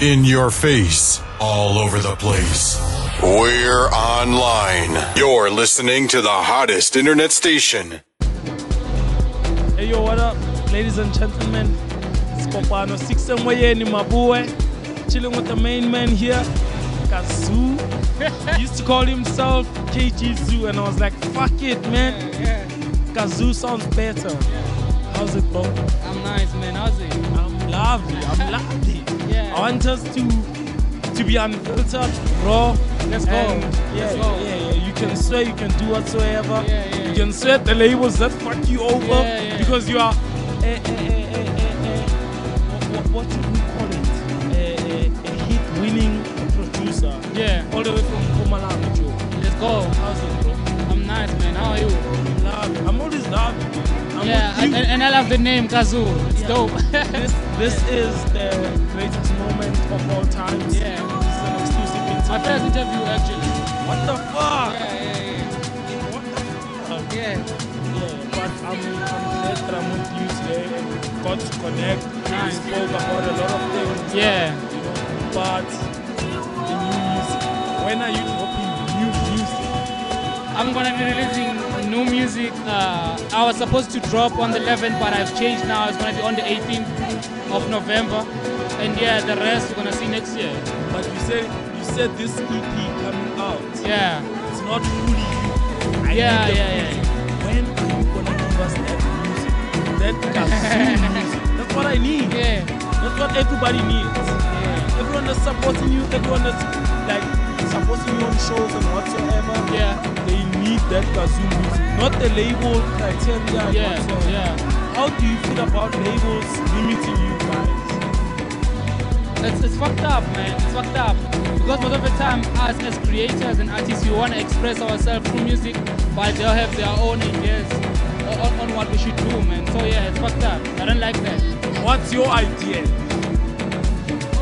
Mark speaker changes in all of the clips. Speaker 1: in your face, all over the place. We're online. You're listening to the hottest internet station.
Speaker 2: Hey yo, what up, ladies and gentlemen? It's Kopano 6 Mwaye Mabue, chilling with the main man here, Kazoo. he used to call himself KG Zoo, and I was like, fuck it, man. Kazoo sounds better. How's it, bro?
Speaker 3: I'm nice, man. How's it?
Speaker 2: I'm lovely, I'm lovely.
Speaker 3: Yeah.
Speaker 2: I want us to to be unfiltered, raw.
Speaker 3: Let's go.
Speaker 2: and Yeah,
Speaker 3: Let's go.
Speaker 2: yeah, yeah. You can swear, you can do whatsoever.
Speaker 3: Yeah, yeah,
Speaker 2: you can swear at the labels that fuck you over
Speaker 3: Yeah, yeah.
Speaker 2: because you are. eh, eh, eh, eh, eh, eh, what, what, what do we call it? Eh, eh, a hit winning producer.
Speaker 3: Yeah.
Speaker 2: All the way from Pumalanga, Joe.
Speaker 3: Let's go.
Speaker 2: How's it, bro?
Speaker 3: I'm nice, man. How are you?
Speaker 2: I'm loving- I'm always loving. you. I'm
Speaker 3: yeah,
Speaker 2: with you.
Speaker 3: and, and I love the name Kazoo. It's
Speaker 2: Yeah.
Speaker 3: dope.
Speaker 2: this this is the greatest moment of all time.
Speaker 3: Yeah.
Speaker 2: This is an exclusive
Speaker 3: My first
Speaker 2: interview.
Speaker 3: interview, actually.
Speaker 2: What the fuck?
Speaker 3: Yeah,
Speaker 2: What the fuck?
Speaker 3: yeah, yeah. yeah.
Speaker 2: Yeah, but I'm, I'm glad that I'm with you today and got to connect. We
Speaker 3: Nice.
Speaker 2: spoke about a lot of things.
Speaker 3: Yeah.
Speaker 2: You know, but the new music. When are you dropping new music?
Speaker 3: I'm gonna be releasing new music. Uh, I was supposed to drop on the 11th, but I've changed now. It's gonna be on the 18th of November. And yeah, the rest you're gonna see next year.
Speaker 2: But you said you said this EP coming out.
Speaker 3: Yeah.
Speaker 2: It's not fully you. I
Speaker 3: Yeah,
Speaker 2: need the fully
Speaker 3: yeah,
Speaker 2: you. When are you gonna give us that music? That kazoo music. That's what I need.
Speaker 3: Yeah.
Speaker 2: That's what everybody needs.
Speaker 3: Yeah.
Speaker 2: Everyone that's supporting you, everyone that's like supporting you on shows and whatsoever.
Speaker 3: Yeah.
Speaker 2: They need that kazoo music. Not the label criteria and
Speaker 3: Yeah.
Speaker 2: whatsoever.
Speaker 3: yeah.
Speaker 2: How do you feel about labels limiting you guys?
Speaker 3: It's, it's fucked up, man. It's fucked up. Because most of the time, us as creators and artists, we want to express ourselves through music, but they'll have their own ideas on, on- on what we should do, man. So yeah, it's fucked up. I don't like that.
Speaker 2: What's your idea?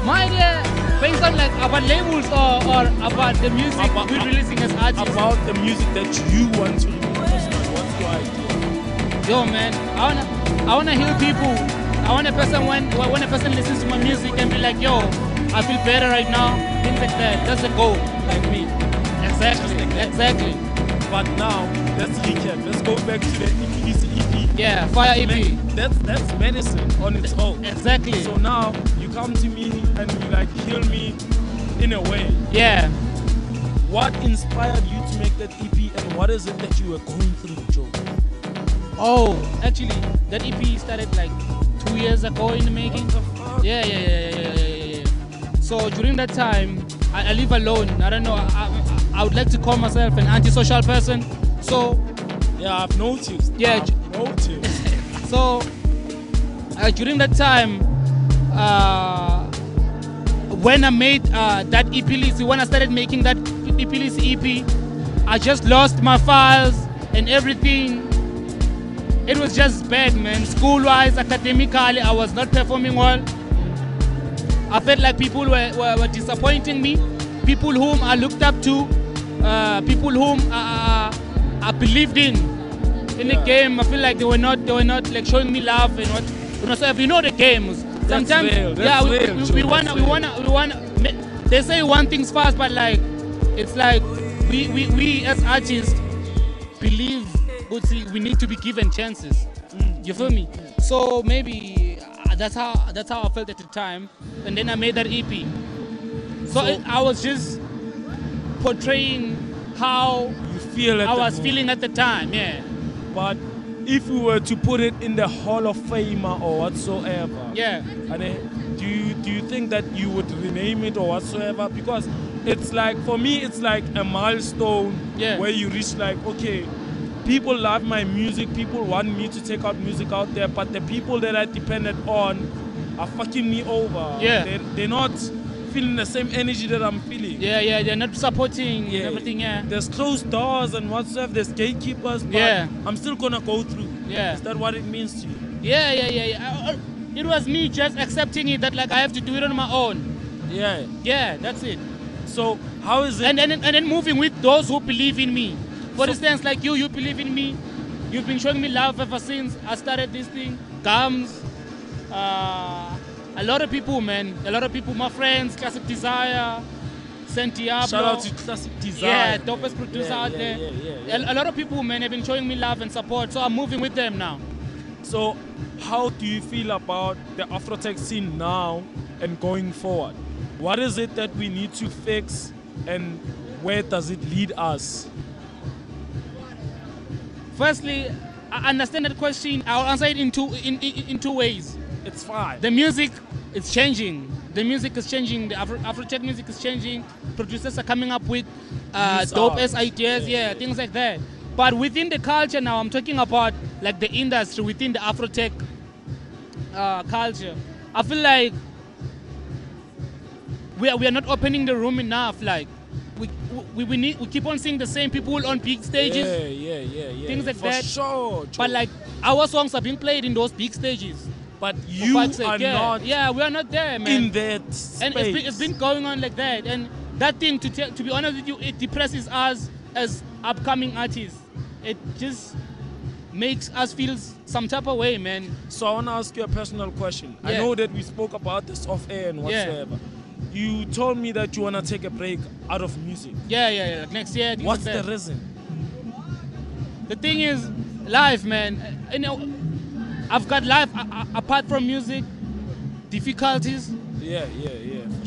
Speaker 3: My idea, based on like about labels or, or about the music
Speaker 2: About-
Speaker 3: we're releasing as artists.
Speaker 2: About the music that you want to release. What's your idea?
Speaker 3: Yo, man, I wanna, I wanna heal people. I want a person when when a person listens to my music and be like, yo, I feel better right now. Things like that. That's the goal, like me. Exactly. Exactly.
Speaker 2: But now, let's recap. Let's go back to the E EP's EP.
Speaker 3: Yeah, Fire EP.
Speaker 2: That's, that's medicine on its own.
Speaker 3: Exactly.
Speaker 2: So now, you come to me and you like heal me in a way.
Speaker 3: Yeah.
Speaker 2: What inspired you to make that EP and what is it that you were going through, Joe?
Speaker 3: Oh, actually, that EP started like two years ago in the making.
Speaker 2: What the fuck?
Speaker 3: Yeah, yeah, yeah, yeah, yeah, yeah, yeah, yeah. So during that time, I, I live alone. I don't know. I, I, I would like to call myself an antisocial person. So,
Speaker 2: Yeah, I've noticed.
Speaker 3: Yeah, J-
Speaker 2: I've noticed.
Speaker 3: so uh, during that time, uh, when I made uh, that EP list, when I started making that EP list EP, I just lost my files and everything. It was just bad, man. School-wise, academically, I was not performing well. I felt like people were, were, were disappointing me. People whom I looked up to, uh, people whom I, I, I believed in in the game. I feel like they were not they were not like showing me love and what you know. So if you know the games,
Speaker 2: That's
Speaker 3: sometimes
Speaker 2: real, that's
Speaker 3: yeah, we,
Speaker 2: real,
Speaker 3: we,
Speaker 2: Joe,
Speaker 3: we
Speaker 2: that's
Speaker 3: wanna we
Speaker 2: real.
Speaker 3: wanna we wanna. ma- They say one thing's fast, but like it's like we we, we as artists believe good see, we need to be given chances. You feel me? So maybe uh, that's how that's how I felt at the time, and then I made that EP. So,
Speaker 2: So-
Speaker 3: it, I was just portraying how
Speaker 2: you feel it.
Speaker 3: I was feeling at the time. Yeah,
Speaker 2: But if we were to put it in the Hall of Famer or whatsoever,
Speaker 3: yeah,
Speaker 2: And then, do you do you think that you would rename it or whatsoever? Because it's like for me, it's like a milestone
Speaker 3: Yeah.
Speaker 2: where you reach like, okay, people love my music, people want me to take out music out there, but the people that I depended on are fucking me over.
Speaker 3: Yeah.
Speaker 2: They're, they're not feeling the same energy that I'm feeling.
Speaker 3: yeah, yeah. They're not supporting and everything. Yeah,
Speaker 2: There's closed doors and whatsoever. There's gatekeepers. But
Speaker 3: Yeah.
Speaker 2: I'm still gonna go through.
Speaker 3: Yeah.
Speaker 2: Is that what it means to you?
Speaker 3: yeah, yeah, yeah. yeah. I- I- It was me just accepting it that like I have to do it on my own.
Speaker 2: Yeah.
Speaker 3: Yeah, that's it.
Speaker 2: So how is it?
Speaker 3: and, and, and then moving with those who believe in me. For instance, like you, you believe in me. You've been showing me love ever since I started this thing. Gums, uh, a lot of people, man. A lot of people, my friends, Classic Desire, Saint Diablo.
Speaker 2: Shout out to Classic Design.
Speaker 3: yeah, dopest producer
Speaker 2: Yeah,
Speaker 3: out
Speaker 2: yeah,
Speaker 3: there.
Speaker 2: yeah, yeah, yeah.
Speaker 3: A, a lot of people, man, have been showing me love and support, so I'm moving with them now.
Speaker 2: So, how do you feel about the Afrotech scene now and going forward? What is it that we need to fix and where does it lead us?
Speaker 3: Firstly, I understand that question. I'll answer it in two in, in, in two ways.
Speaker 2: It's fine.
Speaker 3: The music is changing. The music is changing. The Afro Afrotech music is changing. Producers are coming up with uh,
Speaker 2: New
Speaker 3: dope
Speaker 2: sounds.
Speaker 3: ass ideas, yeah, things like that. But within the culture now, I'm talking about like the industry within the Afrotech uh, culture. I feel like we are, we are not opening the room enough. Like we we, we need we keep on seeing the same people on big stages.
Speaker 2: yeah, yeah, yeah, yeah.
Speaker 3: things like
Speaker 2: For
Speaker 3: that.
Speaker 2: Sure, Joe.
Speaker 3: But like our songs are being played in those big stages.
Speaker 2: but
Speaker 3: For
Speaker 2: you
Speaker 3: fuck's sake,
Speaker 2: are
Speaker 3: yeah.
Speaker 2: not
Speaker 3: Yeah, we are not there, man.
Speaker 2: in that space.
Speaker 3: and it's been, it's been going on like that. And that thing, to tell to be honest with you, it depresses us as upcoming artists. It just makes us feel s- some type of way, man.
Speaker 2: So I want to ask you a personal question. I
Speaker 3: Yeah.
Speaker 2: know that we spoke about this off air and whatsoever. You told me that you want to take a break out of music.
Speaker 3: Yeah, yeah, yeah. Like next year. things
Speaker 2: What's
Speaker 3: like
Speaker 2: the
Speaker 3: that.
Speaker 2: reason?
Speaker 3: The thing is, life, man. You know, I've got life a- a- apart from music, difficulties.
Speaker 2: Yeah, yeah, yeah. for sure.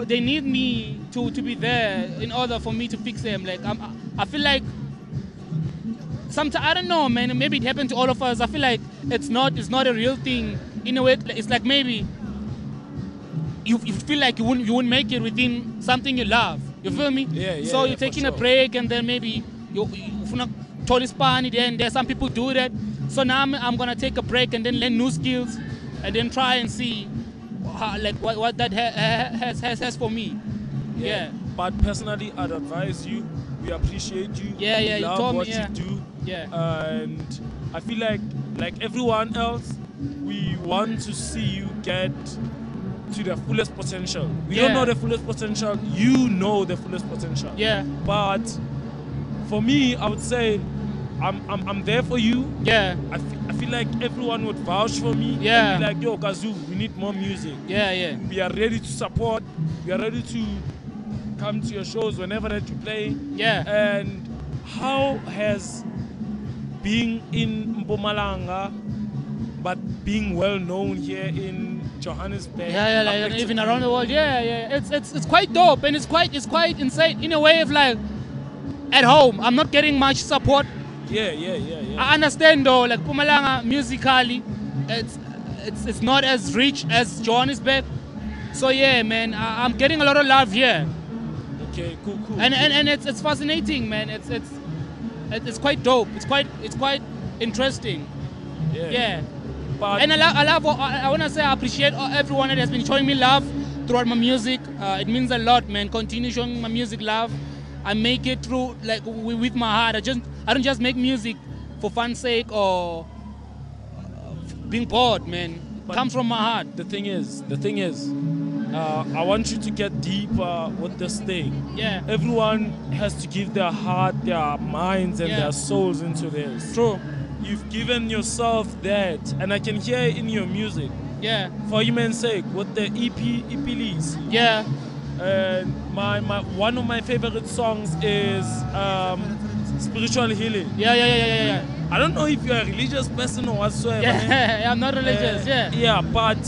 Speaker 3: So they need me to, to be there in order for me to fix them. Like I'm, I feel like sometimes I don't know, man. Maybe it happened to all of us. I feel like it's not it's not a real thing. In a way, it's like maybe you, you feel like you wouldn't you wouldn't make it within something you love. You feel me?
Speaker 2: Yeah, yeah,
Speaker 3: So
Speaker 2: yeah,
Speaker 3: you're
Speaker 2: for
Speaker 3: taking a
Speaker 2: sure.
Speaker 3: break and then maybe you you Tony Spani there and there. Some people do that. So now I'm, I'm gonna take a break and then learn new skills and then try and see how, like what, what that ha- ha- has, has has for me. Yeah.
Speaker 2: But personally, I'd advise you. We appreciate you.
Speaker 3: Yeah, yeah,
Speaker 2: We
Speaker 3: you
Speaker 2: love
Speaker 3: told me,
Speaker 2: what
Speaker 3: yeah.
Speaker 2: you do.
Speaker 3: Yeah.
Speaker 2: And I feel like, like everyone else, we want to see you get to the fullest potential. We don't
Speaker 3: Yeah.
Speaker 2: know the fullest potential. You know the fullest potential.
Speaker 3: Yeah.
Speaker 2: But for me, I would say I'm, I'm, I'm there for you.
Speaker 3: Yeah.
Speaker 2: I fe- I feel like everyone would vouch for me. and be
Speaker 3: Yeah.
Speaker 2: like, yo, Kazoo, we need more music.
Speaker 3: Yeah. Yeah.
Speaker 2: We are ready to support. We are ready to come to your shows whenever that you play.
Speaker 3: Yeah.
Speaker 2: And how has being in Mpumalanga, but being well known here in Johannesburg,
Speaker 3: Yeah, yeah, like
Speaker 2: affected
Speaker 3: even
Speaker 2: you?
Speaker 3: around the world. Yeah, yeah. It's it's it's quite dope and it's quite it's quite insane in a way of like at home. I'm not getting much support.
Speaker 2: Yeah, yeah, yeah, yeah.
Speaker 3: I understand though, like Pumalanga musically, it's it's it's not as rich as Johannesburg. So yeah, man, I, I'm getting a lot of love here,
Speaker 2: okay, cool, cool.
Speaker 3: and
Speaker 2: cool.
Speaker 3: and, and it's, it's fascinating, man. It's it's it- it's quite dope. It's quite it's quite interesting.
Speaker 2: yeah.
Speaker 3: Yeah.
Speaker 2: But
Speaker 3: And I love, I love, I, I want to say I appreciate all- everyone that has been showing me love throughout my music. Uh, it means a lot, man. Continue showing my music love. I make it through like w- with my heart. I just, I don't just make music for fun's sake or uh, being bored, man. It
Speaker 2: But-
Speaker 3: comes from my heart.
Speaker 2: the thing is, the thing is, uh, I want you to get deeper with this thing.
Speaker 3: Yeah.
Speaker 2: Everyone has to give their heart, their minds, and
Speaker 3: Yeah.
Speaker 2: their souls into this.
Speaker 3: True.
Speaker 2: You've given yourself that, and I can hear it in your music.
Speaker 3: Yeah.
Speaker 2: For human's sake, with the E EP, EP leads.
Speaker 3: Yeah.
Speaker 2: And my, my one of my favorite songs is um, spiritual healing.
Speaker 3: Yeah. Yeah. Yeah. Yeah. Yeah.
Speaker 2: I don't know if you're a religious person or whatsoever.
Speaker 3: Yeah. yeah. I'm not religious.
Speaker 2: Uh,
Speaker 3: yeah.
Speaker 2: Yeah, but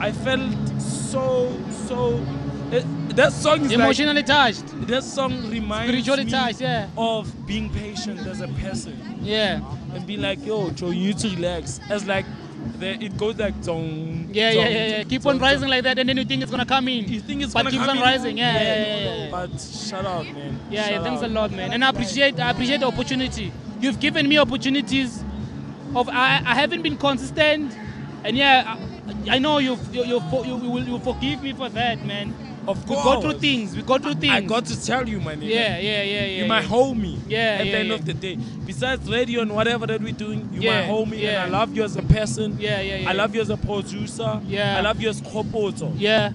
Speaker 2: I felt so so. It, that song is
Speaker 3: Emotionally touched.
Speaker 2: like that song reminds
Speaker 3: Spiritually
Speaker 2: me
Speaker 3: touched. Yeah.
Speaker 2: of being patient as a person
Speaker 3: Yeah.
Speaker 2: and be like, yo, Joe, you need to relax. As like, the, it goes like dong.
Speaker 3: Yeah, yeah,
Speaker 2: dong,
Speaker 3: yeah, yeah. Keep
Speaker 2: dong,
Speaker 3: on
Speaker 2: dong.
Speaker 3: rising like that, and then you think it's gonna come in.
Speaker 2: You think it's
Speaker 3: but
Speaker 2: gonna
Speaker 3: keeps
Speaker 2: come
Speaker 3: on
Speaker 2: in?
Speaker 3: rising. Yeah, yeah, yeah. yeah, yeah.
Speaker 2: But shout out, man.
Speaker 3: Yeah, yeah,
Speaker 2: Shout
Speaker 3: thanks a
Speaker 2: out.
Speaker 3: lot, man. And I appreciate I appreciate the opportunity. You've given me opportunities of I, I haven't been consistent, and yeah, I, I know you you you for- you you will you forgive me for that, man.
Speaker 2: Of
Speaker 3: We
Speaker 2: course.
Speaker 3: go through things. We go through things.
Speaker 2: I got to tell you, my nigga.
Speaker 3: yeah, yeah, yeah, yeah.
Speaker 2: You my
Speaker 3: yeah.
Speaker 2: homie.
Speaker 3: Yeah,
Speaker 2: At
Speaker 3: yeah,
Speaker 2: the end
Speaker 3: yeah.
Speaker 2: of the day, besides radio and whatever that we're doing, you
Speaker 3: Yeah,
Speaker 2: my homie,
Speaker 3: yeah.
Speaker 2: and I love you as a person.
Speaker 3: Yeah, yeah, yeah.
Speaker 2: I love you as a producer.
Speaker 3: Yeah.
Speaker 2: I love you as Kopoto.
Speaker 3: Yeah,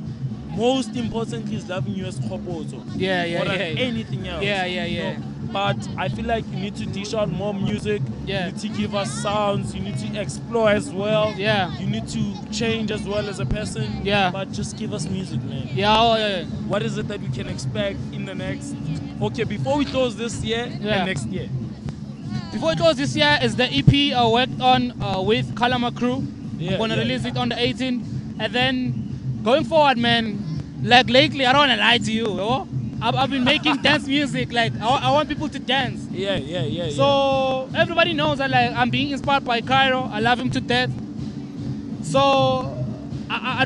Speaker 2: Most importantly is loving you as Kopoto.
Speaker 3: yeah, yeah,
Speaker 2: More than
Speaker 3: yeah.
Speaker 2: anything else.
Speaker 3: Yeah, yeah, yeah.
Speaker 2: No, but I feel like you need to dish out more music.
Speaker 3: Yeah.
Speaker 2: You need to give us sounds. You need to explore as well.
Speaker 3: Yeah.
Speaker 2: You need to change as well as a person.
Speaker 3: Yeah.
Speaker 2: But just give us music, man.
Speaker 3: Yeah, oh, yeah,
Speaker 2: What is it that we can expect in the next? Okay, before we close this year
Speaker 3: Yeah.
Speaker 2: and next year.
Speaker 3: yeah. Before it goes this year is the EP I worked on uh, with Kalama Crew.
Speaker 2: Yeah,
Speaker 3: I'm gonna
Speaker 2: yeah.
Speaker 3: release it on the 18th, and then going forward, man. Like lately, I don't wanna lie to you. you know? I've, I've been making dance music. Like I, wa- I want people to dance.
Speaker 2: Yeah, yeah, yeah.
Speaker 3: So everybody knows that like I'm being inspired by Cairo. I love him to death. So I I,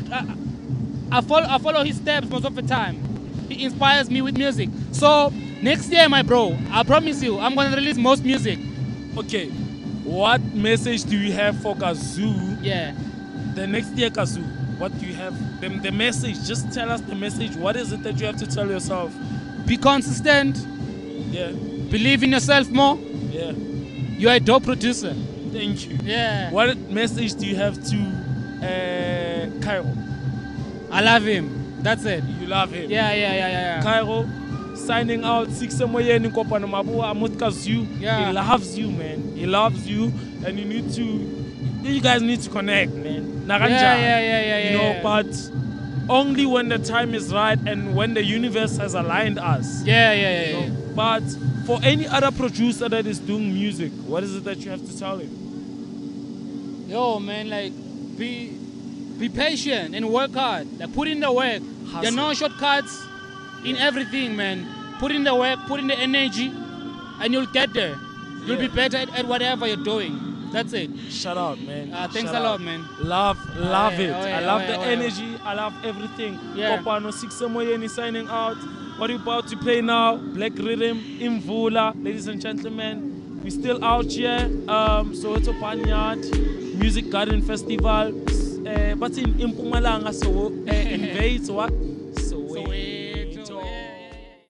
Speaker 3: I, I, follow, I follow his steps most of the time. He inspires me with music. So next year, my bro, I promise you, I'm gonna release most music.
Speaker 2: yeah. okay. What message do you have for Kazoo?
Speaker 3: Yeah.
Speaker 2: the next year Kazu, what do you have the, the message just tell us the message what is it that you have to tell yourself
Speaker 3: Be consistent.
Speaker 2: yeah
Speaker 3: Believe in yourself more.
Speaker 2: yeah
Speaker 3: You're a dope producer.
Speaker 2: thank you
Speaker 3: Yeah.
Speaker 2: what message do you have to uh Cairo
Speaker 3: I love him. That's it.
Speaker 2: you love him
Speaker 3: Yeah, yeah, yeah, yeah, yeah.
Speaker 2: Cairo signing out six moyeni kopano mabua I'm with Kazu
Speaker 3: Yeah.
Speaker 2: he loves you man he loves you and you need to you guys need to connect man Naranjani.
Speaker 3: Yeah, yeah, yeah, yeah,
Speaker 2: you know
Speaker 3: yeah.
Speaker 2: but only when the time is right and when the universe has aligned us
Speaker 3: Yeah, yeah, yeah. yeah.
Speaker 2: But for any other producer that is doing music, what is it that you have to tell him?
Speaker 3: Yo, man, like be be patient and work hard. Like put in the work. There are no shortcuts in everything, man. Put in the work, put in the energy, and you'll get there. You'll be
Speaker 2: Yeah.
Speaker 3: better at, at whatever you're doing. That's it.
Speaker 2: Shout out, man.
Speaker 3: Ah, thanks
Speaker 2: Shout
Speaker 3: a lot,
Speaker 2: out.
Speaker 3: man.
Speaker 2: Love, love
Speaker 3: yeah,
Speaker 2: it.
Speaker 3: oh, yeah,
Speaker 2: I love
Speaker 3: oh,
Speaker 2: the
Speaker 3: yeah, oh, yeah.
Speaker 2: energy. I love everything.
Speaker 3: Yeah.
Speaker 2: Kopano Sixamoyeni signing out. What are you about to play now? Black Rhythm, Imvula. Ladies and gentlemen, we still out here. Um, Soweto Panyard, Music Garden Eh, Festival. Uh, but in Impumalanga, so uh, invade what? eh, Soweto.